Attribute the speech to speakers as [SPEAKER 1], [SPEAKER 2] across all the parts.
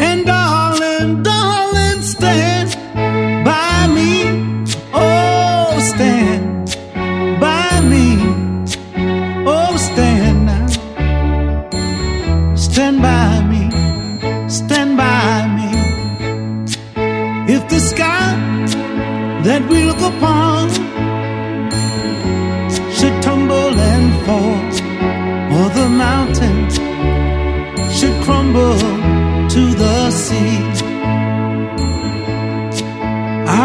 [SPEAKER 1] And darling, darling, stand by me. Oh, stand by me. Oh, stand now. Stand by me. Stand by me. If the sky that we look upon should tumble and fall, or the mountain should crumble to the sea. I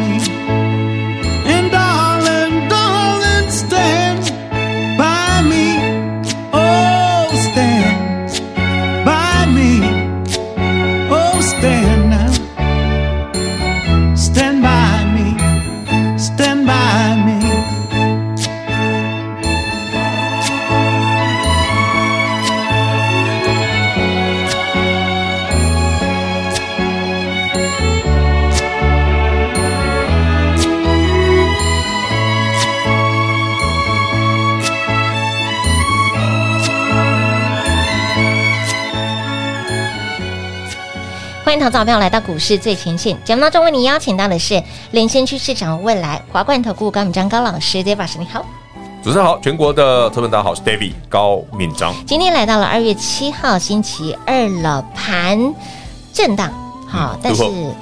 [SPEAKER 1] me. And darling, darling, stand by me. Oh, stand by me. Oh, stand now. Stand by me. Stand by me.
[SPEAKER 2] 欢迎投资者朋友来到股市最前线节目当中，为您邀请到的是领先趋势掌握未来华冠投顾高敏章高老师 d a v i 老师，你好。
[SPEAKER 3] 主持人好，全国的特们大家好，我是 David 高敏章。
[SPEAKER 2] 今天来到了二月七号星期二了，盘震荡，好，但是
[SPEAKER 3] 多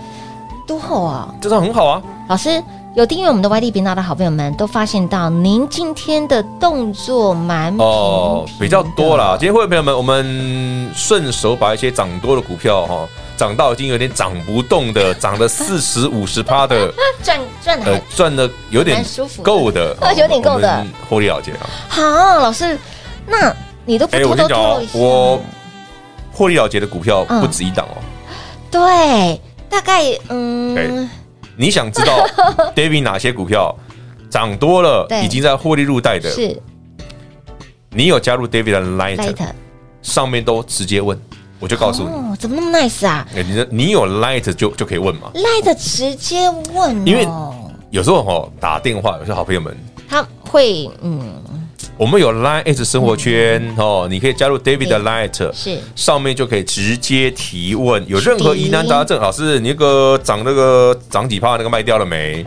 [SPEAKER 2] 都后哦，
[SPEAKER 3] 这张很好啊，
[SPEAKER 2] 老师有订阅我们的 YT 频道的好朋友们都发现到，您今天的动作蛮频
[SPEAKER 3] 哦、
[SPEAKER 2] 频的
[SPEAKER 3] 比较多啦。今天会员朋友们，我们顺手把一些涨多的股票哈、哦，涨到已经有点涨不动的，涨了四十五十趴 的，
[SPEAKER 2] 赚赚的
[SPEAKER 3] 呃
[SPEAKER 2] 很，
[SPEAKER 3] 赚的有点
[SPEAKER 2] 蛮舒服的
[SPEAKER 3] 够的，
[SPEAKER 2] 呃有点够的，
[SPEAKER 3] 获利了结啊。
[SPEAKER 2] 好，老师，那你都不
[SPEAKER 3] 哎、
[SPEAKER 2] 偷
[SPEAKER 3] 我
[SPEAKER 2] 偷透
[SPEAKER 3] 先讲哦
[SPEAKER 2] 露一，下，
[SPEAKER 3] 我获利了结的股票
[SPEAKER 2] 嗯
[SPEAKER 3] 不止一档哦。
[SPEAKER 2] 对，大概嗯
[SPEAKER 3] 哎，你想知 道 David 哪些股票涨多了
[SPEAKER 2] 对，
[SPEAKER 3] 已经在获利入袋的，
[SPEAKER 2] 是
[SPEAKER 3] 你有加入 David 的 Light
[SPEAKER 2] light
[SPEAKER 3] 上面都直接问，我就告诉你。
[SPEAKER 2] 哦，怎么那么 nice 啊
[SPEAKER 3] 哎你的你有 light 就就可以问嘛。
[SPEAKER 2] ？light 直接问哦，
[SPEAKER 3] 因为有时候哦，打电话有些好朋友们，
[SPEAKER 2] 他会嗯
[SPEAKER 3] 我们有 light 生活圈、哦，你可以加入 David 的 light，
[SPEAKER 2] 是
[SPEAKER 3] 上面就可以直接提问，有任何疑难杂症，老师你那个涨那个涨几趴那个卖掉 了没？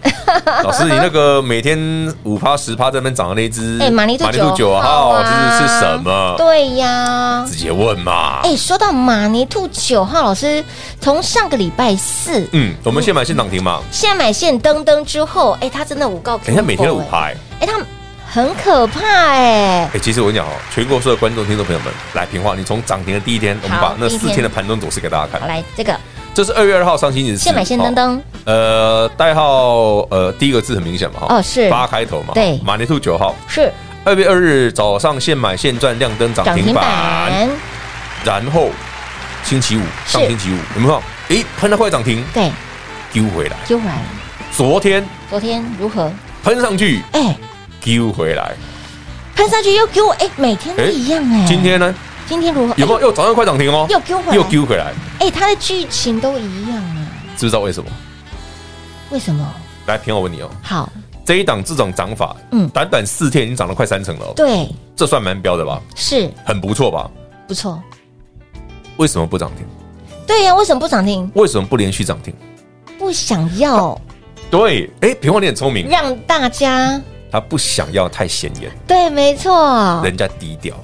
[SPEAKER 3] 老师你那个每天五趴十趴在那边涨的那只，
[SPEAKER 2] 哎马尼兔
[SPEAKER 3] 九
[SPEAKER 2] 号
[SPEAKER 3] 号，这
[SPEAKER 2] 啊
[SPEAKER 3] 是是什么？
[SPEAKER 2] 对呀，
[SPEAKER 3] 直接问嘛。
[SPEAKER 2] 哎、说到马尼兔九号老师，从上个礼拜四、
[SPEAKER 3] 嗯，我们先买现涨停嘛，
[SPEAKER 2] 现在买现登登之后，哎、他真的五告，
[SPEAKER 3] 等一下每天都五
[SPEAKER 2] 哎、
[SPEAKER 3] 趴、哎
[SPEAKER 2] 哎他很可怕哎、
[SPEAKER 3] 哎、其实我跟你讲哦，全国所有观众、听众朋友们，来平话，你从涨停的第一天，我们把那
[SPEAKER 2] 第一
[SPEAKER 3] 四
[SPEAKER 2] 天
[SPEAKER 3] 天的盘中走势给大家
[SPEAKER 2] 好
[SPEAKER 3] 看。
[SPEAKER 2] 来这个
[SPEAKER 3] 这是二月二号上星期四，
[SPEAKER 2] 现买现登登，
[SPEAKER 3] 哦呃，代号呃第一个字很明显嘛，哈
[SPEAKER 2] 哦是
[SPEAKER 3] 八开头嘛，
[SPEAKER 2] 对
[SPEAKER 3] 马尼兔九号，
[SPEAKER 2] 是
[SPEAKER 3] 二月二日早上现买现赚亮灯涨
[SPEAKER 2] 涨
[SPEAKER 3] 停
[SPEAKER 2] 停
[SPEAKER 3] 板，
[SPEAKER 2] 板，
[SPEAKER 3] 然后星期五
[SPEAKER 2] 是
[SPEAKER 3] 上星期五有没有？诶，喷到快涨停，
[SPEAKER 2] 对，
[SPEAKER 3] 丢回来，
[SPEAKER 2] 揪回来了。
[SPEAKER 3] 昨天
[SPEAKER 2] 昨天如何？
[SPEAKER 3] 喷上去，
[SPEAKER 2] 哎、
[SPEAKER 3] 丢回来，
[SPEAKER 2] 喷上去又给我，哎、每天都一样哎、
[SPEAKER 3] 今天呢
[SPEAKER 2] 今天如何？
[SPEAKER 3] 有没有又早上快涨停哦？
[SPEAKER 2] 哎又丢回来
[SPEAKER 3] 又丢回来，
[SPEAKER 2] 哎、他的剧情都一样啊，
[SPEAKER 3] 知不知道为什么？
[SPEAKER 2] 为什么？
[SPEAKER 3] 来，平我问你哦。
[SPEAKER 2] 好，
[SPEAKER 3] 这一档这种涨法，
[SPEAKER 2] 嗯
[SPEAKER 3] 嗯，短短四天已经涨了快三成了哦，
[SPEAKER 2] 对，
[SPEAKER 3] 这算蛮标的吧？
[SPEAKER 2] 是
[SPEAKER 3] 很不错吧？
[SPEAKER 2] 不错，
[SPEAKER 3] 为什么不涨停？
[SPEAKER 2] 对呀、为什么不涨停？
[SPEAKER 3] 为什么不连续涨停？
[SPEAKER 2] 不想要
[SPEAKER 3] 对，哎，平花你很聪明，
[SPEAKER 2] 让大家
[SPEAKER 3] 他不想要太显眼，
[SPEAKER 2] 对，没错，哦
[SPEAKER 3] 人家低调，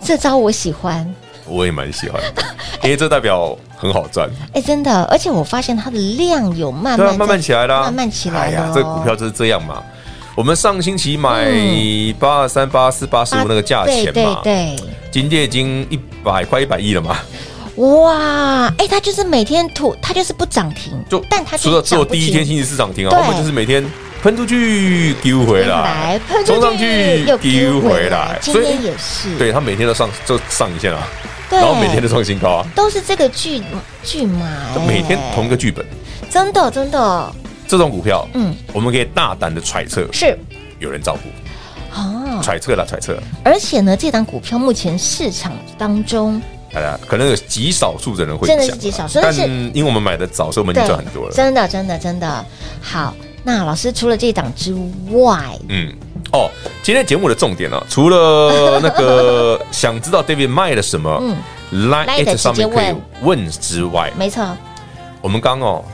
[SPEAKER 2] 这招我喜欢。
[SPEAKER 3] 我也蛮喜欢的， 因为这代表很好赚，
[SPEAKER 2] 哎、真的，而且我发现它的量有慢
[SPEAKER 3] 对
[SPEAKER 2] 慢
[SPEAKER 3] 啊，慢慢
[SPEAKER 2] 在
[SPEAKER 3] 起来啦，
[SPEAKER 2] 慢慢起来
[SPEAKER 3] 哎呀
[SPEAKER 2] 了，
[SPEAKER 3] 这股票就是这样嘛。我们上星期买八二三八四八十五那个价钱
[SPEAKER 2] 嗯对
[SPEAKER 3] 嘛，
[SPEAKER 2] 对
[SPEAKER 3] 今天已经一百快一百亿了嘛，
[SPEAKER 2] 对，哇，哎、它就是每天吐，它就是不涨停，
[SPEAKER 3] 就
[SPEAKER 2] 但它就
[SPEAKER 3] 除了只有
[SPEAKER 2] 涨不
[SPEAKER 3] 第一
[SPEAKER 2] 停
[SPEAKER 3] 天星期四涨停啊，
[SPEAKER 2] 对
[SPEAKER 3] 后面就是每天喷出去丢回来，
[SPEAKER 2] 喷出
[SPEAKER 3] 冲上去
[SPEAKER 2] 又
[SPEAKER 3] 丢回来，
[SPEAKER 2] 今
[SPEAKER 3] 所以
[SPEAKER 2] 天也是，
[SPEAKER 3] 对它每天都上就上一线啊，
[SPEAKER 2] 对
[SPEAKER 3] 然后每天都创新高啊，
[SPEAKER 2] 都是这个剧剧嘛，哎
[SPEAKER 3] 每天同一个剧本。
[SPEAKER 2] 真的真的，
[SPEAKER 3] 这种股票，
[SPEAKER 2] 嗯，
[SPEAKER 3] 我们可以大胆的揣测
[SPEAKER 2] 是
[SPEAKER 3] 有人照顾，
[SPEAKER 2] 啊，
[SPEAKER 3] 揣测啦，揣测啦，
[SPEAKER 2] 而且呢，这档股票目前市场当中
[SPEAKER 3] 大家哎可能有极少数的人会
[SPEAKER 2] 真的
[SPEAKER 3] 讲
[SPEAKER 2] 是
[SPEAKER 3] 啊
[SPEAKER 2] 极少数
[SPEAKER 3] 但
[SPEAKER 2] 但是
[SPEAKER 3] 因为我们买的早，所以我们已经赚很多了。
[SPEAKER 2] 真的真的真的好。那老师除了这档之外，
[SPEAKER 3] 嗯，哦，今天节目的重点呢、啊，除了那个想知道 David 卖了什么，
[SPEAKER 2] 嗯
[SPEAKER 3] 嗯，Line
[SPEAKER 2] Line 的
[SPEAKER 3] It 上
[SPEAKER 2] 直接
[SPEAKER 3] 面可以
[SPEAKER 2] 问
[SPEAKER 3] 问之外，
[SPEAKER 2] 没错，
[SPEAKER 3] 我们刚哦，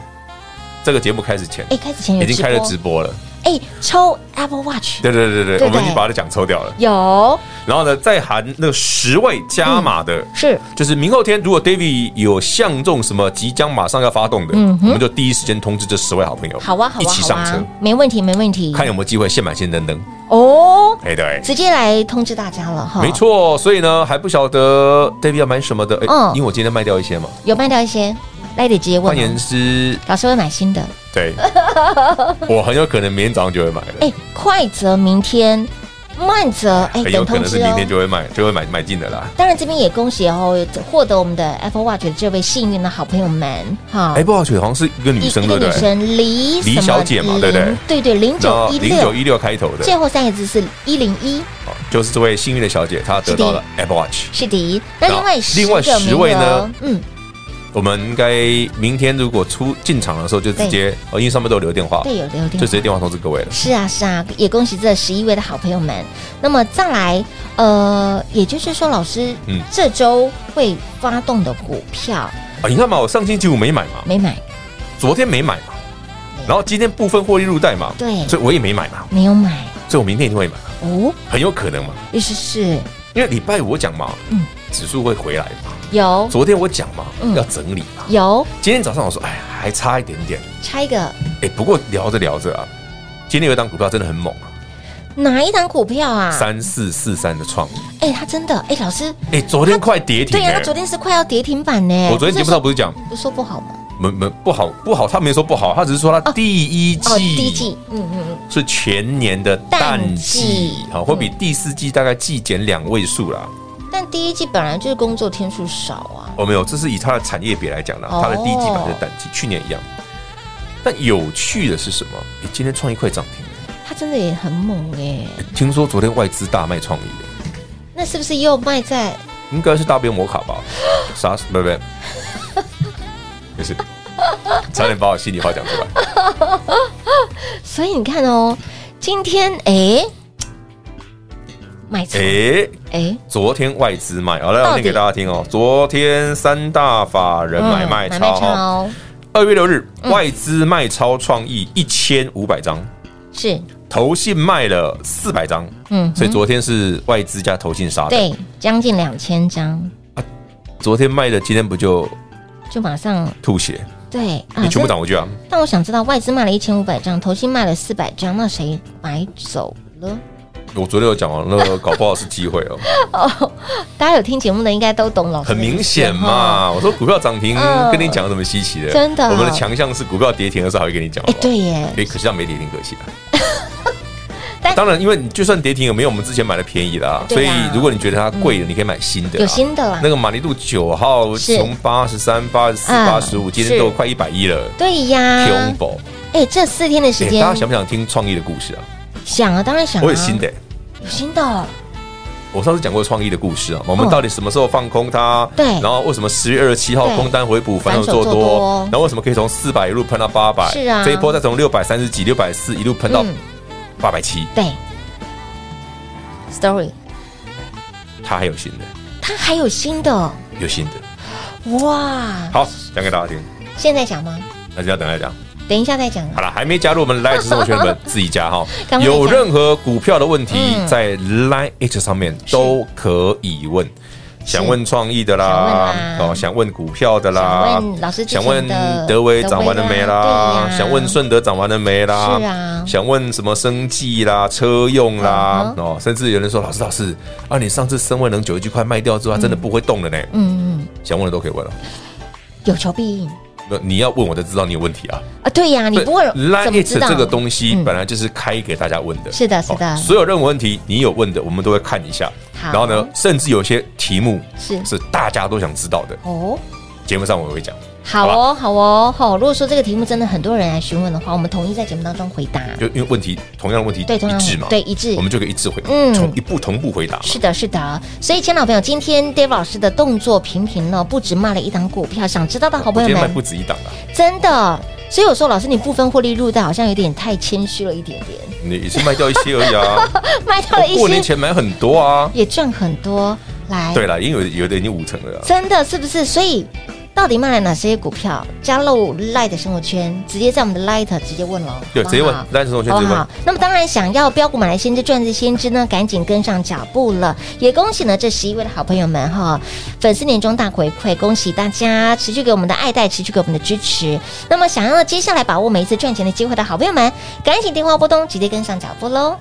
[SPEAKER 3] 这个节目开始前
[SPEAKER 2] 哎，开始前有
[SPEAKER 3] 已经开了直
[SPEAKER 2] 直
[SPEAKER 3] 播了。
[SPEAKER 2] 播，哎，抽 Apple Watch
[SPEAKER 3] 对对对对
[SPEAKER 2] 对
[SPEAKER 3] 对，我们已
[SPEAKER 2] 对
[SPEAKER 3] 经把它的奖抽掉了。
[SPEAKER 2] 有
[SPEAKER 3] 然后呢，再含那十位加码的，
[SPEAKER 2] 是
[SPEAKER 3] 就是明后天如果 David 有相中什么即将马上要发动的，
[SPEAKER 2] 嗯哼
[SPEAKER 3] 我们就第一时间通知这十位好朋友，
[SPEAKER 2] 好啊好
[SPEAKER 3] 一
[SPEAKER 2] 啊
[SPEAKER 3] 起
[SPEAKER 2] 好
[SPEAKER 3] 上车
[SPEAKER 2] 啊，，没问题没问题，
[SPEAKER 3] 看有没有机会现买现登登。
[SPEAKER 2] 哦，
[SPEAKER 3] 哎，对。
[SPEAKER 2] 直接来通知大家了哈，
[SPEAKER 3] 没，错，所以呢还不晓得 David 要买什么的，哎、
[SPEAKER 2] 嗯
[SPEAKER 3] 因为我今天卖掉一些嘛，
[SPEAKER 2] 有卖掉一些，来得直接
[SPEAKER 3] 换
[SPEAKER 2] 问哦，
[SPEAKER 3] 言之，
[SPEAKER 2] 老师会买新的。
[SPEAKER 3] 对，我很有可能明天早上就会买了，
[SPEAKER 2] 哎，快则明天，慢则哎
[SPEAKER 3] 很
[SPEAKER 2] 等
[SPEAKER 3] 有可
[SPEAKER 2] 通
[SPEAKER 3] 能是
[SPEAKER 2] 知
[SPEAKER 3] 明
[SPEAKER 2] 哦
[SPEAKER 3] 天。就会买，就会买买进的啦。
[SPEAKER 2] 当然，这边也恭喜哦，获得我们的 Apple Watch 的这位幸运的好朋友们哈。
[SPEAKER 3] 哎、不好雪好像是一个女
[SPEAKER 2] 一
[SPEAKER 3] 生，
[SPEAKER 2] 哦一
[SPEAKER 3] 对
[SPEAKER 2] 个
[SPEAKER 3] 不
[SPEAKER 2] 女
[SPEAKER 3] 对？
[SPEAKER 2] 生黎
[SPEAKER 3] 黎
[SPEAKER 2] 什么
[SPEAKER 3] 小姐嘛对不对
[SPEAKER 2] 零对对，零
[SPEAKER 3] 然后
[SPEAKER 2] 九一
[SPEAKER 3] 零九
[SPEAKER 2] 六，
[SPEAKER 3] 一六开头的，
[SPEAKER 2] 最后三个字是一零一，
[SPEAKER 3] 哦就是这位幸运的小姐，她得到了 Apple Watch。
[SPEAKER 2] 是的。那另外
[SPEAKER 3] 那另外
[SPEAKER 2] 10个
[SPEAKER 3] 10位
[SPEAKER 2] 名额
[SPEAKER 3] 呢？
[SPEAKER 2] 嗯，
[SPEAKER 3] 我们应该明天如果出进场的时候就直接，哦，因为上面都有留电话，
[SPEAKER 2] 对，有留电
[SPEAKER 3] 就
[SPEAKER 2] 话
[SPEAKER 3] 直接电话通知各位了。
[SPEAKER 2] 是啊，是啊，也恭喜这十一位的好朋友们。那么再来，呃，也就是说，老师，
[SPEAKER 3] 嗯
[SPEAKER 2] 这周会发动的股票
[SPEAKER 3] 啊，你看嘛，我上星期五没买嘛，
[SPEAKER 2] 没买，
[SPEAKER 3] 昨天没买嘛，然后今天部分获利入袋嘛，
[SPEAKER 2] 对
[SPEAKER 3] 所以我也没买嘛，
[SPEAKER 2] 没有买
[SPEAKER 3] 所以我明天一定会买，
[SPEAKER 2] 哦，
[SPEAKER 3] 很有可能嘛，
[SPEAKER 2] 意思是
[SPEAKER 3] 因为礼拜五我讲嘛，
[SPEAKER 2] 嗯
[SPEAKER 3] 指数会回来嘛，
[SPEAKER 2] 有
[SPEAKER 3] 昨天我讲嘛
[SPEAKER 2] 嗯，
[SPEAKER 3] 要整理嘛，
[SPEAKER 2] 有
[SPEAKER 3] 今天早上我说，哎，还差一点点，
[SPEAKER 2] 拆一个
[SPEAKER 3] 哎，不过聊着聊着啊，今天有一档股票真的很猛啊，
[SPEAKER 2] 哪一档股票啊？
[SPEAKER 3] 三四四三的创意，
[SPEAKER 2] 哎，他真的哎，老师，
[SPEAKER 3] 哎，昨天快跌停
[SPEAKER 2] 对呀、
[SPEAKER 3] 哎
[SPEAKER 2] 他昨天是快要跌停板呢。
[SPEAKER 3] 我昨天节目上不是讲。
[SPEAKER 2] 不是说不好吗？
[SPEAKER 3] 没没不好不好，他没说不好，他只是说他
[SPEAKER 2] 哦
[SPEAKER 3] 第一季、
[SPEAKER 2] 哦，第一季，嗯嗯嗯，
[SPEAKER 3] 是全年的淡
[SPEAKER 2] 淡季
[SPEAKER 3] 季，好、会比第四季大概季减两位数啦。
[SPEAKER 2] 但第一季本来就是工作天数少啊，
[SPEAKER 3] 哦，没有，这是以它的产业别来讲啦，它的第一季本来是淡季，去年一样。但有趣的是什么？诶今天创意快涨停了，
[SPEAKER 2] 他真的也很猛哎。
[SPEAKER 3] 诶听说昨天外资大卖创意的，
[SPEAKER 2] 那是不是又卖在
[SPEAKER 3] 应该是大边摩卡吧？啥？不不， 没事，差点把我心里话讲出来。
[SPEAKER 2] 所以你看哦，今天哎，买错
[SPEAKER 3] 诶、
[SPEAKER 2] 哎，
[SPEAKER 3] 昨天外资卖，好来
[SPEAKER 2] 到
[SPEAKER 3] 我
[SPEAKER 2] 底
[SPEAKER 3] 念给大家听哦。昨天三大法人买卖
[SPEAKER 2] 嗯
[SPEAKER 3] 超哦，
[SPEAKER 2] 超
[SPEAKER 3] 二、月六日、外资卖超创意一千五百张，
[SPEAKER 2] 是
[SPEAKER 3] 投信卖了四百张，
[SPEAKER 2] 嗯哼
[SPEAKER 3] 所以昨天是外资加投信杀的。
[SPEAKER 2] 对，将近两千张，
[SPEAKER 3] 昨天卖的，今天不就
[SPEAKER 2] 就马上
[SPEAKER 3] 吐血？
[SPEAKER 2] 对啊
[SPEAKER 3] 你全
[SPEAKER 2] 但
[SPEAKER 3] 部涨回去啊？
[SPEAKER 2] 但我想知道外资卖了一千五百张，投信卖了四百张，那谁买走了？
[SPEAKER 3] 我昨天有讲哦，那个搞不好是机会 哦，
[SPEAKER 2] 大家有听节目的应该都懂老师，
[SPEAKER 3] 很明显。嘛。我说股票涨停
[SPEAKER 2] 嗯，
[SPEAKER 3] 跟你讲有什么稀奇的？
[SPEAKER 2] 真的啊
[SPEAKER 3] 我们的强项是股票跌停的时候还会跟你讲。好
[SPEAKER 2] 哎
[SPEAKER 3] 不，好
[SPEAKER 2] 对耶，
[SPEAKER 3] 哎，可惜它没跌停，可惜啊
[SPEAKER 2] 但。
[SPEAKER 3] 当然，因为你就算跌停，也没有我们之前买的便宜啦。所
[SPEAKER 2] 对
[SPEAKER 3] 以
[SPEAKER 2] 啊
[SPEAKER 3] 如果你觉得它贵了，你可以买新的。
[SPEAKER 2] 有新的啦
[SPEAKER 3] 啊那个马尼度九号
[SPEAKER 2] 是
[SPEAKER 3] 从八十三、八十四、八
[SPEAKER 2] 嗯
[SPEAKER 3] 十五，今天都快一百一了。
[SPEAKER 2] 对呀，
[SPEAKER 3] 熊宝，
[SPEAKER 2] 哎，这四天的时
[SPEAKER 3] 哎
[SPEAKER 2] 间
[SPEAKER 3] 大家，想不想听创意的故事啊？
[SPEAKER 2] 想啊，当然想啊，
[SPEAKER 3] 我有新的，
[SPEAKER 2] 有新的哦，
[SPEAKER 3] 我上次讲过创意的故事啊。我
[SPEAKER 2] 嗯
[SPEAKER 3] 们到底什么时候放空它？
[SPEAKER 2] 对
[SPEAKER 3] 然后为什么十月二十七号
[SPEAKER 2] 对
[SPEAKER 3] 空单回补，反手
[SPEAKER 2] 反手
[SPEAKER 3] 做
[SPEAKER 2] 做
[SPEAKER 3] 多
[SPEAKER 2] 多？
[SPEAKER 3] 然后为什么可以从四百一路喷到八百？
[SPEAKER 2] 是啊
[SPEAKER 3] 这一波再从六百三十几、六百四一路喷到
[SPEAKER 2] 嗯
[SPEAKER 3] 八百七，
[SPEAKER 2] 对，story，
[SPEAKER 3] 它还有新的。
[SPEAKER 2] 它还有新的哦，
[SPEAKER 3] 有新的。
[SPEAKER 2] 哇！
[SPEAKER 3] 好，讲给大家听，
[SPEAKER 2] 现在讲吗？
[SPEAKER 3] 那就要等来讲。
[SPEAKER 2] 等一下再讲啊
[SPEAKER 3] 好了，还没加入我们 Light 生活圈的们自己加哈
[SPEAKER 2] 赶快加。
[SPEAKER 3] 有任何股票的问题
[SPEAKER 2] 嗯，
[SPEAKER 3] 在 Light H 上面都可以问。想问创意
[SPEAKER 2] 想
[SPEAKER 3] 的
[SPEAKER 2] 问
[SPEAKER 3] 啦
[SPEAKER 2] 啊，
[SPEAKER 3] 哦，想问股票的啦
[SPEAKER 2] 想问老师，之前
[SPEAKER 3] 想问
[SPEAKER 2] 的
[SPEAKER 3] 德威涨完了
[SPEAKER 2] 德
[SPEAKER 3] 没
[SPEAKER 2] 威啊
[SPEAKER 3] 啦
[SPEAKER 2] 对，呀
[SPEAKER 3] 想问顺德涨完了没啦，
[SPEAKER 2] 是啊
[SPEAKER 3] 想问什么生计啦、车用啦
[SPEAKER 2] 嗯，哼
[SPEAKER 3] 哦，甚至有人说老师老师，啊，你上次升位能九十几块卖掉之后，它真的不会动了呢，
[SPEAKER 2] 嗯，嗯，
[SPEAKER 3] 想问的都可以问了。
[SPEAKER 2] 有求必应
[SPEAKER 3] 那你要问我才知道你有问题啊，
[SPEAKER 2] 啊！对呀，你不会怎
[SPEAKER 3] 拉
[SPEAKER 2] 么
[SPEAKER 3] i
[SPEAKER 2] 知
[SPEAKER 3] t
[SPEAKER 2] 道
[SPEAKER 3] 这个东西
[SPEAKER 2] 嗯
[SPEAKER 3] 本来就是开给大家问的，
[SPEAKER 2] 是的是的
[SPEAKER 3] 所有任何问题你有问的，我们都会看一下。
[SPEAKER 2] 好
[SPEAKER 3] 然后呢，甚至有些题目
[SPEAKER 2] 是
[SPEAKER 3] 是大家都想知道的，
[SPEAKER 2] 哦。
[SPEAKER 3] 节目上我会讲。
[SPEAKER 2] 好哦，好哦，好。如果说这个题目真的很多人来询问的话，我们统一在节目当中回答。
[SPEAKER 3] 就因为问题同样的问题
[SPEAKER 2] 对，同
[SPEAKER 3] 一
[SPEAKER 2] 样
[SPEAKER 3] 致嘛，
[SPEAKER 2] 对一致
[SPEAKER 3] 我。们就可以一致回，
[SPEAKER 2] 嗯
[SPEAKER 3] 同一步同步回答嘛。
[SPEAKER 2] 是的，是的。所以，亲爱的朋友，今天 Dave 老师的动作频频呢，不止骂了一档股票，想知道的好
[SPEAKER 3] 我
[SPEAKER 2] 朋
[SPEAKER 3] 今
[SPEAKER 2] 友
[SPEAKER 3] 天卖
[SPEAKER 2] 们
[SPEAKER 3] 不，止一档啊，
[SPEAKER 2] 真的。所以我说，老师，你部分获利入袋，好像有点太谦虚了一点点，
[SPEAKER 3] 你也是卖掉一些而已啊。
[SPEAKER 2] 卖掉了
[SPEAKER 3] 我
[SPEAKER 2] 一哎
[SPEAKER 3] 过年
[SPEAKER 2] 些，
[SPEAKER 3] 前买很多 啊。
[SPEAKER 2] 也赚很多。来，
[SPEAKER 3] 对了，因为有有的已经五成了啊，
[SPEAKER 2] 真的是不是？所以到底卖了哪些股票？加入 Light 生活圈，直接在我们的 Light 直接问喽。
[SPEAKER 3] 对，
[SPEAKER 2] 好不好
[SPEAKER 3] 直接问，但是我圈
[SPEAKER 2] 哦好
[SPEAKER 3] 直
[SPEAKER 2] 不
[SPEAKER 3] 接问
[SPEAKER 2] 好，？那么当然，想要标股买来先知赚这先知呢，赶紧跟上脚步了。也恭喜呢这十一位的好朋友们哈，粉丝年终大回馈，恭喜大家持续给我们的爱戴，持续给我们的支持。那么想要接下来把握每一次赚钱的机会的好朋友们，赶紧电话拨通，直接跟上脚步喽。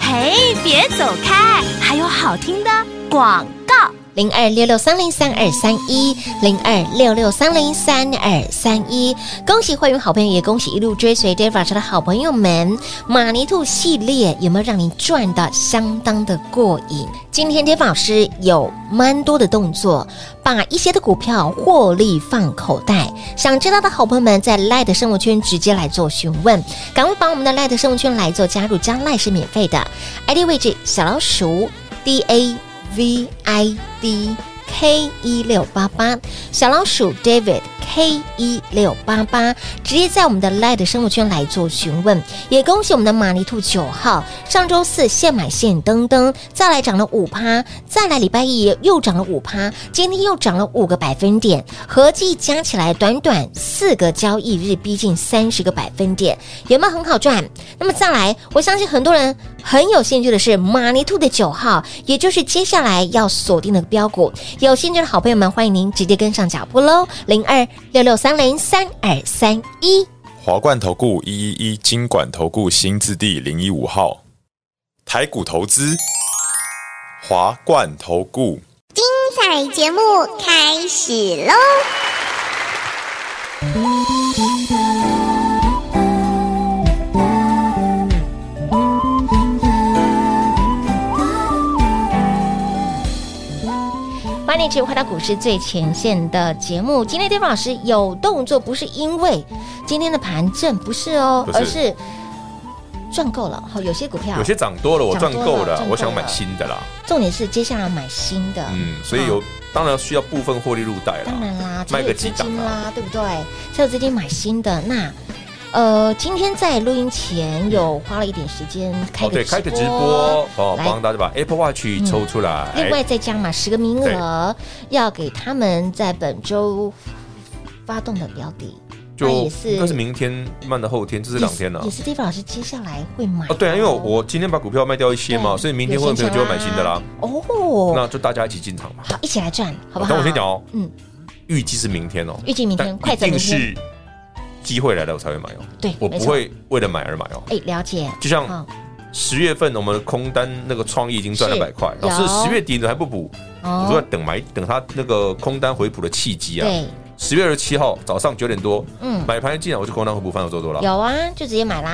[SPEAKER 4] 嘿，别走开，还有好听的广告。
[SPEAKER 2] 零二六六三零三二三一，零二六六三零三二三一。恭喜会员好朋友，也恭喜一路追随 Dave 老师的好朋友们。马尼兔系列有没有让你赚的相当的过瘾？今天 Dave 老师有蛮多的动作，把一些的股票获利放口袋。想知道的好朋友们，在 Light 的生活圈直接来做询问，赶快把我们的 Light 的生活圈来做加入，加 Light 是免费的，ID 位置小老鼠 D A。V I D K 一六八八，小老鼠 David K 一六八八，直接在我们的 Light 生活圈来做询问。也恭喜我们的马尼兔九号，上周四现买现登登，再来涨了五趴，再来礼拜一又涨了五趴，今天又涨了五个百分点，合计加起来短短四个交易日逼近三十个百分点，有没有很好赚？那么再来，我相信很多人很有兴趣的是马尼兔的九号，也就是接下来要锁定的标股。有兴趣的好朋友们，欢迎您直接跟上脚步喽，零二六六三零三二三一。
[SPEAKER 5] 华冠投顾一一一金管投顾新字第零一五号，台股投资，华冠投顾。
[SPEAKER 6] 彩节目开始喽！
[SPEAKER 2] 欢迎你持续回到股市最前线的节目。今天 David 老师有动作，不是因为今天的盘正，不是哦，
[SPEAKER 3] 不是
[SPEAKER 2] 而是赚够了。好，有些股票，
[SPEAKER 3] 有些涨多了，我
[SPEAKER 2] 涨
[SPEAKER 3] 赚
[SPEAKER 2] 多
[SPEAKER 3] 够
[SPEAKER 2] 了
[SPEAKER 3] 了
[SPEAKER 2] 赚，够
[SPEAKER 3] 我想买
[SPEAKER 2] 了
[SPEAKER 3] 新的啦。
[SPEAKER 2] 重点是接下来买新的，
[SPEAKER 3] 嗯，所以有当然需要部分获利入袋
[SPEAKER 2] 当然
[SPEAKER 3] 啦。
[SPEAKER 2] 啦，才
[SPEAKER 3] 卖
[SPEAKER 2] 有
[SPEAKER 3] 个
[SPEAKER 2] 资
[SPEAKER 3] 几档
[SPEAKER 2] 金
[SPEAKER 3] 啊
[SPEAKER 2] 啦，对不对？才有资金买新的。那呃，今天在录音前有花了一点时间开
[SPEAKER 3] 哦，
[SPEAKER 2] 个
[SPEAKER 3] 对，
[SPEAKER 2] 直播，
[SPEAKER 3] 开个直播哎哦，
[SPEAKER 2] 来嗯
[SPEAKER 3] 帮大家把 Apple Watch 抽出来。
[SPEAKER 2] 另外再加码十个名额，要给他们在本周发动的标的，那
[SPEAKER 3] 就
[SPEAKER 2] 也是
[SPEAKER 3] 应该是明天，慢的后天，这是两天了
[SPEAKER 2] 也。是 Dave 老师接下来会买
[SPEAKER 3] 哦，对啊，因为我我今天把股票卖掉一些嘛，
[SPEAKER 2] 对
[SPEAKER 3] 所以明天会有朋友就会买新的啦。。
[SPEAKER 2] 有现象啊哦，
[SPEAKER 3] 那就大家一起进场嘛。
[SPEAKER 2] 好，一起来赚，好不好？
[SPEAKER 3] 但我先讲哦，
[SPEAKER 2] 嗯，
[SPEAKER 3] 预计是明天哦，
[SPEAKER 2] 预计明天
[SPEAKER 3] 但
[SPEAKER 2] 快走
[SPEAKER 3] 一定
[SPEAKER 2] 明天
[SPEAKER 3] 是机会来了我才会买哦，
[SPEAKER 2] 对，
[SPEAKER 3] 我
[SPEAKER 2] 没
[SPEAKER 3] 不
[SPEAKER 2] 错。
[SPEAKER 3] 会为了买而买哦。
[SPEAKER 2] 哎，了解。
[SPEAKER 3] 就像
[SPEAKER 2] 好
[SPEAKER 3] 十月份我们的空单那个创意已经赚
[SPEAKER 2] 是
[SPEAKER 3] 两百块，
[SPEAKER 2] 有
[SPEAKER 3] 老师十月底你还不补，我说要
[SPEAKER 2] 哦，
[SPEAKER 3] 等买等它那个空单回补的契机啊。
[SPEAKER 2] 对，
[SPEAKER 3] 十月二十七号早上九点多，
[SPEAKER 2] 嗯
[SPEAKER 3] 买盘进来我就空单回补翻我做多了。
[SPEAKER 2] 有啊，就直接买啦，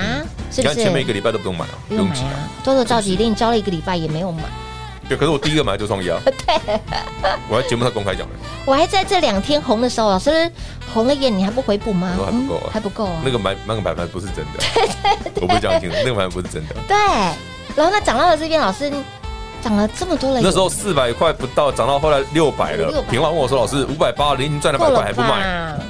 [SPEAKER 2] 是
[SPEAKER 3] 嗯你
[SPEAKER 2] 不
[SPEAKER 3] 看
[SPEAKER 2] 是？
[SPEAKER 3] 前面一个礼拜都不用买啊，
[SPEAKER 2] 不
[SPEAKER 3] 不
[SPEAKER 2] 用
[SPEAKER 3] 用
[SPEAKER 2] 买
[SPEAKER 3] 急啊。
[SPEAKER 2] 啊，多多着急，令招了一个礼拜也没有买。
[SPEAKER 3] 对，可是我第一个买就创 意啊。对，我在节目上公开讲的，
[SPEAKER 2] 我还在这两天红的时候，老师红了眼，你还不回补吗？
[SPEAKER 3] 我还不够啊
[SPEAKER 2] 还不够啊
[SPEAKER 3] 那。个买那个买盘不是真 的，我不是讲清楚，那个买盘不是真的。
[SPEAKER 2] 对，然后那涨到了这边，老师涨了这么多了，
[SPEAKER 3] 那时候四百块不到，涨到后来六百了
[SPEAKER 2] 600。
[SPEAKER 3] 平话问我说：“老师，五百八零赚两百
[SPEAKER 2] 够
[SPEAKER 3] 块
[SPEAKER 2] 了
[SPEAKER 3] 还不买，
[SPEAKER 2] 吧？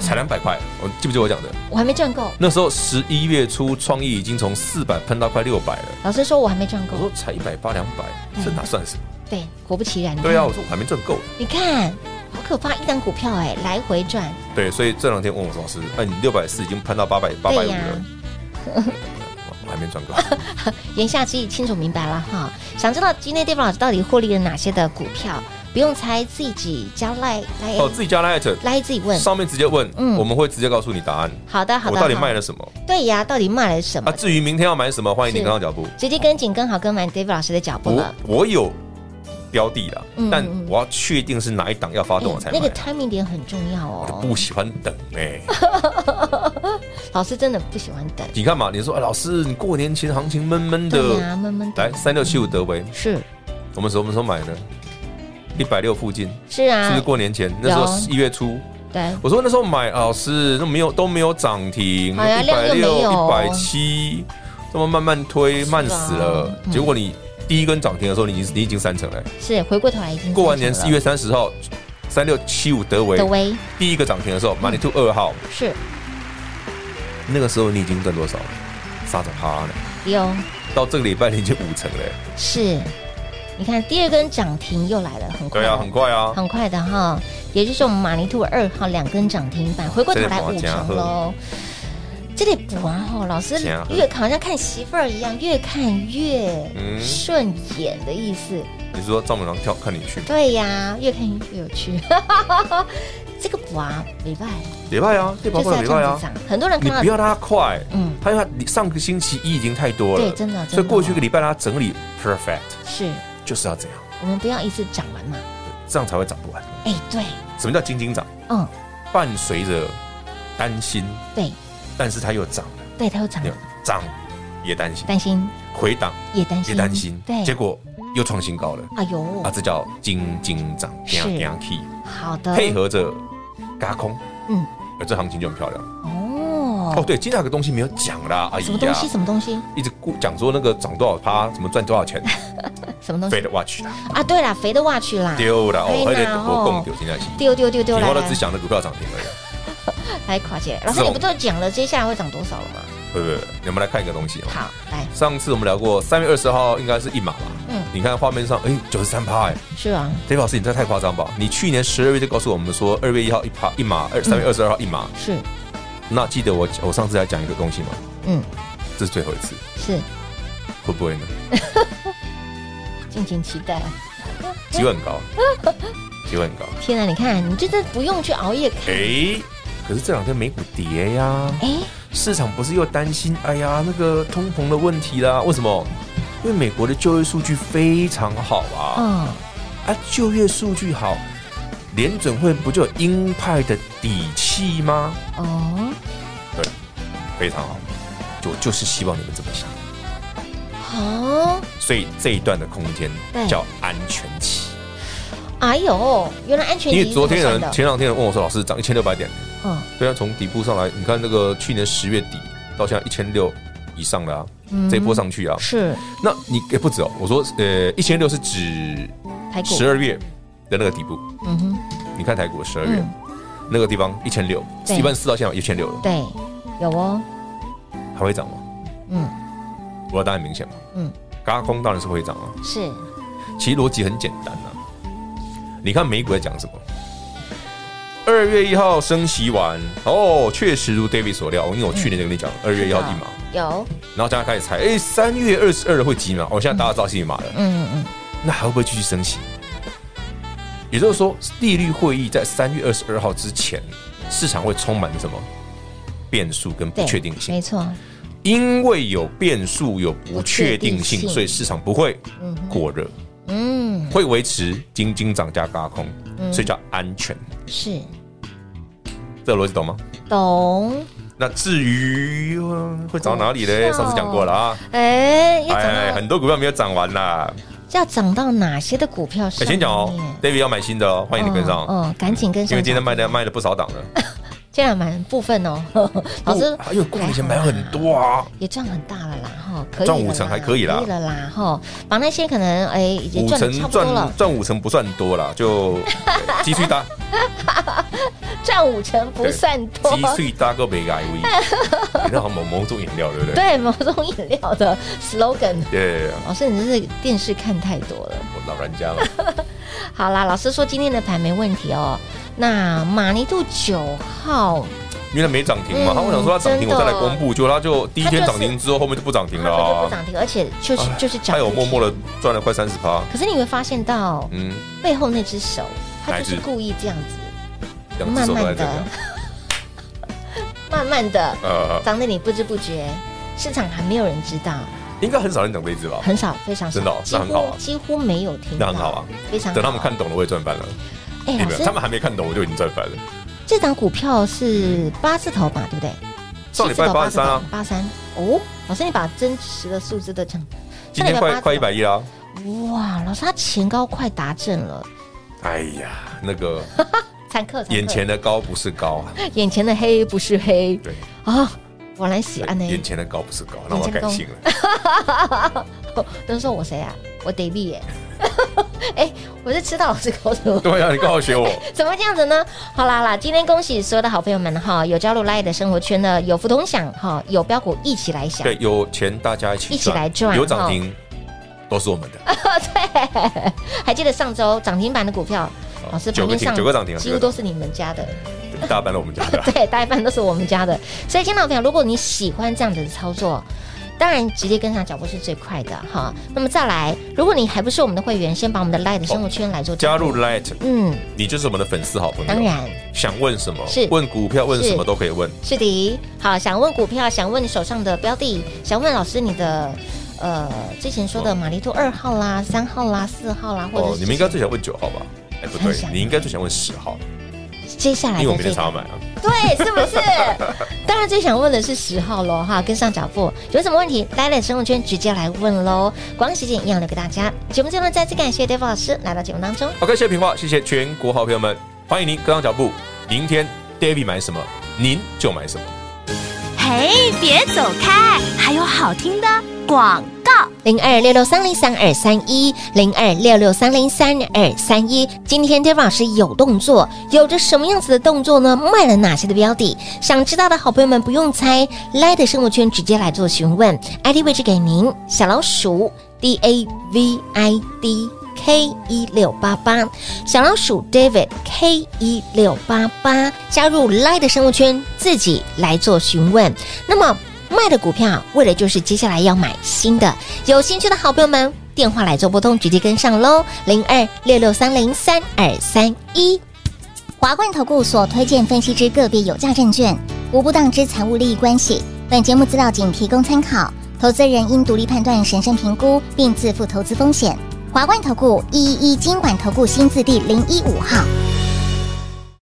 [SPEAKER 3] 才两百块。”我记不记得我讲的？
[SPEAKER 2] 我还没赚够，
[SPEAKER 3] 那时候十一月初，创意已经从四百喷到快六百了。
[SPEAKER 2] 老师说我还没赚够
[SPEAKER 3] 我。说
[SPEAKER 2] 嗯
[SPEAKER 3] 才一百八两百，这哪算什么？
[SPEAKER 2] 对，果不其然。你看
[SPEAKER 3] 啊对啊，我说我还没赚够。
[SPEAKER 2] 你看，可怕！一档股票哎、来回转，
[SPEAKER 3] 对，所以这两天问我说老师，哎，你六百四已经攀到八百八百
[SPEAKER 2] 对
[SPEAKER 3] 五
[SPEAKER 2] 呀
[SPEAKER 3] 了， 我还没赚 够。
[SPEAKER 2] 言下之意清楚明白了哈。想知道今天 d a 老师到底获利了哪些的股票，不用猜，自己交来来
[SPEAKER 3] 哦，自己加 Light，
[SPEAKER 2] 来自己问。
[SPEAKER 3] 上面直接问，
[SPEAKER 2] 嗯
[SPEAKER 3] 我们会直接告诉你答案。
[SPEAKER 2] 好的，好
[SPEAKER 3] 我
[SPEAKER 2] 的，
[SPEAKER 3] 到底
[SPEAKER 2] 好
[SPEAKER 3] 卖了什么？
[SPEAKER 2] 对呀，到底卖了什
[SPEAKER 3] 啊，
[SPEAKER 2] 么？
[SPEAKER 3] 至于明天要买什么，欢迎你
[SPEAKER 2] 是
[SPEAKER 3] 跟上脚步。
[SPEAKER 2] 直接跟紧跟好跟满 David 老师的脚步
[SPEAKER 3] 我
[SPEAKER 2] 了。
[SPEAKER 3] 我有标的啦
[SPEAKER 2] 嗯，哎
[SPEAKER 3] 但我要确定是哪一档要发动我才
[SPEAKER 2] 那
[SPEAKER 3] 买
[SPEAKER 2] 个
[SPEAKER 3] 啊。
[SPEAKER 2] timing 点很重要
[SPEAKER 3] 我就
[SPEAKER 2] 哦。
[SPEAKER 3] 不喜欢等哎，
[SPEAKER 2] 老师真的不喜欢等。
[SPEAKER 3] 你看嘛，你说哎老师，你过年前行情闷闷
[SPEAKER 2] 对啊呀、
[SPEAKER 3] 的，
[SPEAKER 2] 闷闷
[SPEAKER 3] 来
[SPEAKER 2] 等。
[SPEAKER 3] 三六七五德维，
[SPEAKER 2] 是
[SPEAKER 3] 我们什么时候买的？一百六附近，
[SPEAKER 2] 是啊，
[SPEAKER 3] 是不是过年前？那时候一月初，
[SPEAKER 2] 对，
[SPEAKER 3] 我说那时候买，老师那没有都没有涨停，一
[SPEAKER 2] 好呀量
[SPEAKER 3] 百
[SPEAKER 2] 又没
[SPEAKER 3] 六、
[SPEAKER 2] 有
[SPEAKER 3] 一百七，这么慢慢推，慢死了。
[SPEAKER 2] 嗯
[SPEAKER 3] 结果你第一根涨停的时候，你已经你已经三成了、
[SPEAKER 2] 是回过头来已经
[SPEAKER 3] 过完年
[SPEAKER 2] 三
[SPEAKER 3] 一
[SPEAKER 2] 成了
[SPEAKER 3] 月三十号，三六七五德维
[SPEAKER 2] 的威
[SPEAKER 3] 第一个涨停的时候，Money to 二号，
[SPEAKER 2] 是
[SPEAKER 3] 那个时候你已经赚多少了？三十趴呢？
[SPEAKER 2] 有
[SPEAKER 3] 到这个礼拜你已经五成了、
[SPEAKER 2] 是，你看第二根涨停又来了，很快，
[SPEAKER 3] 对啊，很快啊。
[SPEAKER 2] 很快的哈，也就是我们马尼兔二号两根涨停板，回过头来
[SPEAKER 3] 这里
[SPEAKER 2] 五
[SPEAKER 3] 补啊
[SPEAKER 2] 成喽。这里补完后，老师
[SPEAKER 3] 加喝
[SPEAKER 2] 越看好像看媳妇儿一样，越看越
[SPEAKER 3] 嗯
[SPEAKER 2] 顺眼的意思。
[SPEAKER 3] 你是说丈母娘跳看你去吗？
[SPEAKER 2] 对呀，越看越有趣。 这个补啊，礼拜
[SPEAKER 3] 礼拜啊，这包
[SPEAKER 2] 就是
[SPEAKER 3] 括
[SPEAKER 2] 要这样
[SPEAKER 3] 礼拜啊
[SPEAKER 2] 子。涨，很多人
[SPEAKER 3] 你
[SPEAKER 2] 看
[SPEAKER 3] 不
[SPEAKER 2] 到
[SPEAKER 3] 要让它快，
[SPEAKER 2] 嗯
[SPEAKER 3] 嗯，它因为它上个星期一已经太多了，
[SPEAKER 2] 对真的真的
[SPEAKER 3] 所以过去一个礼拜它整理 perfect
[SPEAKER 2] 是
[SPEAKER 3] 就是要这样，
[SPEAKER 2] 我们不要一次涨完嘛。
[SPEAKER 3] 这样才会涨不完。
[SPEAKER 2] 哎，对，
[SPEAKER 3] 什么叫金金涨？
[SPEAKER 2] 嗯，
[SPEAKER 3] 伴随着担心，
[SPEAKER 2] 对
[SPEAKER 3] 但是它又涨了，
[SPEAKER 2] 对，它有涨
[SPEAKER 3] 你，看涨也担心，
[SPEAKER 2] 担心
[SPEAKER 3] 回档
[SPEAKER 2] 也担心
[SPEAKER 3] 也担心，
[SPEAKER 2] 对，
[SPEAKER 3] 结果又创新高了，
[SPEAKER 2] 哎呦
[SPEAKER 3] 啊，，这叫金金涨，
[SPEAKER 2] 是
[SPEAKER 3] key
[SPEAKER 2] 好的，
[SPEAKER 3] 配合着嘎空，
[SPEAKER 2] 嗯，
[SPEAKER 3] 而这行情就很漂亮。
[SPEAKER 2] 哦
[SPEAKER 3] 哦，对，今天有个东西没有讲啦，哎呀
[SPEAKER 2] 什么东西？什么东西？
[SPEAKER 3] 一直顾讲说那个涨多少趴，怎么赚多 少钱
[SPEAKER 2] 什么东西？
[SPEAKER 3] ，Fed Watch 啦，
[SPEAKER 2] 啊，对啦，肥的袜去啦，
[SPEAKER 3] 丢了哦，
[SPEAKER 2] 哎
[SPEAKER 3] 而且
[SPEAKER 2] 呀
[SPEAKER 3] 我
[SPEAKER 2] 哦
[SPEAKER 3] 共丢现在起，
[SPEAKER 2] 丢丢丢丢
[SPEAKER 3] 以
[SPEAKER 2] 来
[SPEAKER 3] 后都
[SPEAKER 2] 来
[SPEAKER 3] 只想着股票涨停而已。
[SPEAKER 2] 来，垮姐，老师
[SPEAKER 3] 这种
[SPEAKER 2] 你不都讲了接下来会涨多少了吗？
[SPEAKER 3] 不不不，你们来看一个东西哦。
[SPEAKER 2] 好，来，
[SPEAKER 3] 上次我们聊过，三月二十号应该是一码嘛。
[SPEAKER 2] 嗯
[SPEAKER 3] 你看画面上，哎，九十三趴，哎
[SPEAKER 2] 是啊，
[SPEAKER 3] ，David 老师，你这太夸张吧？你去年十二月就告诉我们说，二月一号一趴一码，二三月二十二号一码。
[SPEAKER 2] 是，
[SPEAKER 3] 那记得我我上次还讲一个东西吗？
[SPEAKER 2] 嗯，
[SPEAKER 3] 这是最后一次，
[SPEAKER 2] 是，
[SPEAKER 3] 会不会呢？
[SPEAKER 2] 敬请期待。
[SPEAKER 3] 机会很 高，机会很高。
[SPEAKER 2] 天啊，你看，你真的不用去熬夜看，
[SPEAKER 3] 哎，可是这两天美股跌呀，
[SPEAKER 2] 哎，
[SPEAKER 3] 市场不是又担心，哎呀，那个通膨的问题啦？为什么？因为美国的就业数据非常好啊。
[SPEAKER 2] 嗯，
[SPEAKER 3] 啊，就业数据好，联准会不就有鹰派的底气吗？
[SPEAKER 2] 哦，
[SPEAKER 3] 非常好，我就是希望你们这么想。
[SPEAKER 2] 哦好，
[SPEAKER 3] 所以这一段的空间
[SPEAKER 2] 对
[SPEAKER 3] 叫安全期。
[SPEAKER 2] 哎呦，原来安全
[SPEAKER 3] 因
[SPEAKER 2] 期
[SPEAKER 3] 为
[SPEAKER 2] 是
[SPEAKER 3] 昨
[SPEAKER 2] 这
[SPEAKER 3] 天
[SPEAKER 2] 么
[SPEAKER 3] 有
[SPEAKER 2] 算
[SPEAKER 3] 人
[SPEAKER 2] 的，
[SPEAKER 3] 前两天有人问我说，老师涨一千六百点，
[SPEAKER 2] 嗯
[SPEAKER 3] 对啊，从底部上来，你看那个去年十月底到现在一千六以上了啊，
[SPEAKER 2] 嗯
[SPEAKER 3] 这一波上去啊，
[SPEAKER 2] 是
[SPEAKER 3] 那你也不止哦，我说呃一千六是指
[SPEAKER 2] 排骨，
[SPEAKER 3] 十二月的那个底部，
[SPEAKER 2] 嗯哼，
[SPEAKER 3] 你看台股十二月
[SPEAKER 2] 嗯
[SPEAKER 3] 那个地方一千六，
[SPEAKER 2] 对
[SPEAKER 3] 一万四到现在一千六了，
[SPEAKER 2] 对，有哦，
[SPEAKER 3] 还会涨吗？
[SPEAKER 2] 嗯，
[SPEAKER 3] 我的答案很明显嘛，
[SPEAKER 2] 嗯
[SPEAKER 3] 嗯，嘎空当然是会涨啊。
[SPEAKER 2] 是，
[SPEAKER 3] 其实逻辑很简单啊，你看美股在讲什么？二月一号升息完，哦，确实如 David 所料，因为我去年就跟你讲，二月一号
[SPEAKER 2] 啊
[SPEAKER 3] 一码，
[SPEAKER 2] 有，
[SPEAKER 3] 然后大家开始猜，哎，三月二十二会几码？哦，现在大家知道是几码了，
[SPEAKER 2] 嗯嗯，
[SPEAKER 3] 那还会不会继续升息？也就是说，利率会议在三月二十二号之前，市场会充满什么变数跟不
[SPEAKER 2] 对，
[SPEAKER 3] 确定性
[SPEAKER 2] 没？错，
[SPEAKER 3] 因为有变数、有不
[SPEAKER 2] 不确
[SPEAKER 3] 确定
[SPEAKER 2] 定性
[SPEAKER 3] 性，所以市场不会
[SPEAKER 2] 嗯哼
[SPEAKER 3] 过热，
[SPEAKER 2] 嗯，
[SPEAKER 3] 会维持金金涨价嘎空，所以叫安全。
[SPEAKER 2] 是，
[SPEAKER 3] 这个逻辑懂吗？
[SPEAKER 2] 懂。
[SPEAKER 3] 那至于呃会涨哪里嘞？
[SPEAKER 2] 哦
[SPEAKER 3] 上次讲过了啊，
[SPEAKER 2] 哎，要涨
[SPEAKER 3] 哎，
[SPEAKER 2] 到
[SPEAKER 3] 很多股票没有涨完啦。
[SPEAKER 2] 要涨到哪些的股票
[SPEAKER 3] 哎，
[SPEAKER 2] 上面？
[SPEAKER 3] 先讲哦，David 要买新的哦，欢迎你跟上，
[SPEAKER 2] 嗯，嗯赶紧跟上。
[SPEAKER 3] 因为今天卖的卖了不少档了。
[SPEAKER 2] 这样蛮部分 哦， 老师哎
[SPEAKER 3] 哎呦，过年前买很多啊，
[SPEAKER 2] 也赚很大了啦，哈，可以
[SPEAKER 3] 赚
[SPEAKER 2] 了啦
[SPEAKER 3] 五成还可以啦
[SPEAKER 2] 可以了啦，哈，把那些可能哎已经
[SPEAKER 3] 五
[SPEAKER 2] 赚的
[SPEAKER 3] 成
[SPEAKER 2] 差不多了
[SPEAKER 3] 赚，赚五成不算多 啦，就哎鸡碎搭，
[SPEAKER 2] 赚五成不算多
[SPEAKER 3] 鸡。碎搭个北改威，哎那好像某某种饮料对不 对？
[SPEAKER 2] 对，某种饮料的 slogan，
[SPEAKER 3] 对，
[SPEAKER 2] 老师你真是电视看太多了。
[SPEAKER 3] 我老人家嘛，
[SPEAKER 2] 好啦，老师说今天的盘没问题哦，那马尼度九号，
[SPEAKER 3] 因为它没涨停嘛，
[SPEAKER 2] 嗯
[SPEAKER 3] 他们想说它涨停，
[SPEAKER 2] 真
[SPEAKER 3] 我
[SPEAKER 2] 的
[SPEAKER 3] 再来公布，结果它就第一天
[SPEAKER 2] 它就是
[SPEAKER 3] 涨停之后，后面就不涨停
[SPEAKER 2] 它
[SPEAKER 3] 了
[SPEAKER 2] 就是不
[SPEAKER 3] 啊。
[SPEAKER 2] 涨停，而且就是
[SPEAKER 3] 哎
[SPEAKER 2] 就是涨。
[SPEAKER 3] 它有默默。的赚了快三十趴，
[SPEAKER 2] 可是你会发现到
[SPEAKER 3] 嗯，
[SPEAKER 2] 背后那只手，它就
[SPEAKER 3] 哪一
[SPEAKER 2] 是
[SPEAKER 3] 只
[SPEAKER 2] 故意这样子，
[SPEAKER 3] 两只
[SPEAKER 2] 慢
[SPEAKER 3] 手都在
[SPEAKER 2] 慢
[SPEAKER 3] 这
[SPEAKER 2] 的
[SPEAKER 3] 样。，
[SPEAKER 2] 慢慢的
[SPEAKER 3] 呃，
[SPEAKER 2] 长得你不知不觉，市场还没有人知道，
[SPEAKER 3] 应该很少人讲这一只吧？
[SPEAKER 2] 很少，非常少，
[SPEAKER 3] 真的哦
[SPEAKER 2] 几
[SPEAKER 3] 那很好
[SPEAKER 2] 乎
[SPEAKER 3] 啊
[SPEAKER 2] 几乎没有听到，
[SPEAKER 3] 那很好啊，
[SPEAKER 2] 非常好。
[SPEAKER 3] 等他们看，懂了，我也赚翻了。
[SPEAKER 2] 哎，
[SPEAKER 3] 你
[SPEAKER 2] 老
[SPEAKER 3] 们
[SPEAKER 2] 师
[SPEAKER 3] 啊他，们还没看懂，我就已经赚翻了。
[SPEAKER 2] 这档股票是八字头吧，对不对？
[SPEAKER 3] 嗯上礼拜
[SPEAKER 2] 七字头
[SPEAKER 3] 八十三啊，
[SPEAKER 2] 八三哦，老师，你把真实的数字都讲，
[SPEAKER 3] 今天快快
[SPEAKER 2] 上礼拜八字
[SPEAKER 3] 一啊
[SPEAKER 2] 头
[SPEAKER 3] 百亿啦！
[SPEAKER 2] 哇，老师，他前高快达阵了，
[SPEAKER 3] 哎呀，那 个
[SPEAKER 2] 残客，残
[SPEAKER 3] 眼
[SPEAKER 2] 客
[SPEAKER 3] 前的高不是高啊，
[SPEAKER 2] 眼前的黑不是黑，
[SPEAKER 3] 对
[SPEAKER 2] 啊，我来啊喜安呢，
[SPEAKER 3] 眼前的高不是高，那我要改姓了。
[SPEAKER 2] 都说我谁啊？我 David 耶， 哎，我是吃到老师口水。
[SPEAKER 3] 对啊，你刚好 学我。
[SPEAKER 2] 怎么这样子呢？好啦好啦，今天恭喜所有的好朋友们哈，有加入 Light 的生活圈的，有福同享哈，有标股一起来享。
[SPEAKER 3] 对，有钱大家一起
[SPEAKER 2] 一起来赚
[SPEAKER 3] 有涨停都是我们的。
[SPEAKER 2] 对， 还记得上周涨停板的股票，老师
[SPEAKER 3] 哦九
[SPEAKER 2] 盘
[SPEAKER 3] 个
[SPEAKER 2] 面
[SPEAKER 3] 停
[SPEAKER 2] 上
[SPEAKER 3] 九个涨停啊，
[SPEAKER 2] 几
[SPEAKER 3] 九
[SPEAKER 2] 乎
[SPEAKER 3] 个
[SPEAKER 2] 都是你们家的。。
[SPEAKER 3] 大半了我们家 的啊
[SPEAKER 2] 对，大一半都是我们家的。所以，亲老朋友，如果你喜欢这样子的操作，当然直接跟上脚步是最快的哈。那么再来，如果你还不是我们的会员，先把我们的 Light 生活圈来做
[SPEAKER 3] 哦加
[SPEAKER 2] 订
[SPEAKER 3] 入
[SPEAKER 2] 阅。
[SPEAKER 3] Light，
[SPEAKER 2] 嗯，
[SPEAKER 3] 你就是我们的粉丝好朋友。
[SPEAKER 2] 当，然
[SPEAKER 3] 想问什么
[SPEAKER 2] 是
[SPEAKER 3] 问股票，问
[SPEAKER 2] 是
[SPEAKER 3] 什么都可以问。
[SPEAKER 2] 是的。好，想问股票，想问你手上的标的，想问老师你的呃之前说的马力兔二号啦、三号啦、四号啦，或者
[SPEAKER 3] 哦
[SPEAKER 2] 是，
[SPEAKER 3] 你们应该最想问九号吧？哎，不
[SPEAKER 2] 很
[SPEAKER 3] 对，
[SPEAKER 2] 想
[SPEAKER 3] 你应该最想问十号，
[SPEAKER 2] 接下来
[SPEAKER 3] 因
[SPEAKER 2] 的
[SPEAKER 3] 为我明
[SPEAKER 2] 这
[SPEAKER 3] 天
[SPEAKER 2] 一
[SPEAKER 3] 才
[SPEAKER 2] 档
[SPEAKER 3] 要买啊。
[SPEAKER 2] 对，是不是？当然最想问的是十号喽哈，跟上脚步，有什么问题，来来生活圈直接来问喽。光时间一样留给大家。节目最后再次感谢 Dave 老师来到节目当中。
[SPEAKER 3] OK，谢谢平话，谢谢全国好朋友们，欢迎您跟上脚步。明天 David 买什么，您就买什么。
[SPEAKER 4] 嘿，别走开，还有好听的广告。
[SPEAKER 2] 零二六六三零三二三一，零二六六三零三二三一。今天 Dave 老师有动作，有着什么样子的动作呢？卖了哪些的标的？想知道的好朋友们不用猜，来的生活圈直接来做询问，ID 位置给您，小老鼠 D A V I D。K 一六八八，小老鼠 David K 一六八八，加入 Line 的生物圈，自己来做询问。那么卖的股票，为了就是接下来要买新的，有兴趣的好朋友们，电话来做拨通，直接跟上喽，零二六六三零三二三一。
[SPEAKER 6] 华冠投顾所推荐分析之个别有价证券，无不当之财务利益关系。本节目资料仅提供参考，投资人应独立判断、审慎评估，并自负投资风险。华冠投顾一一一金管投顾新字第零一五号。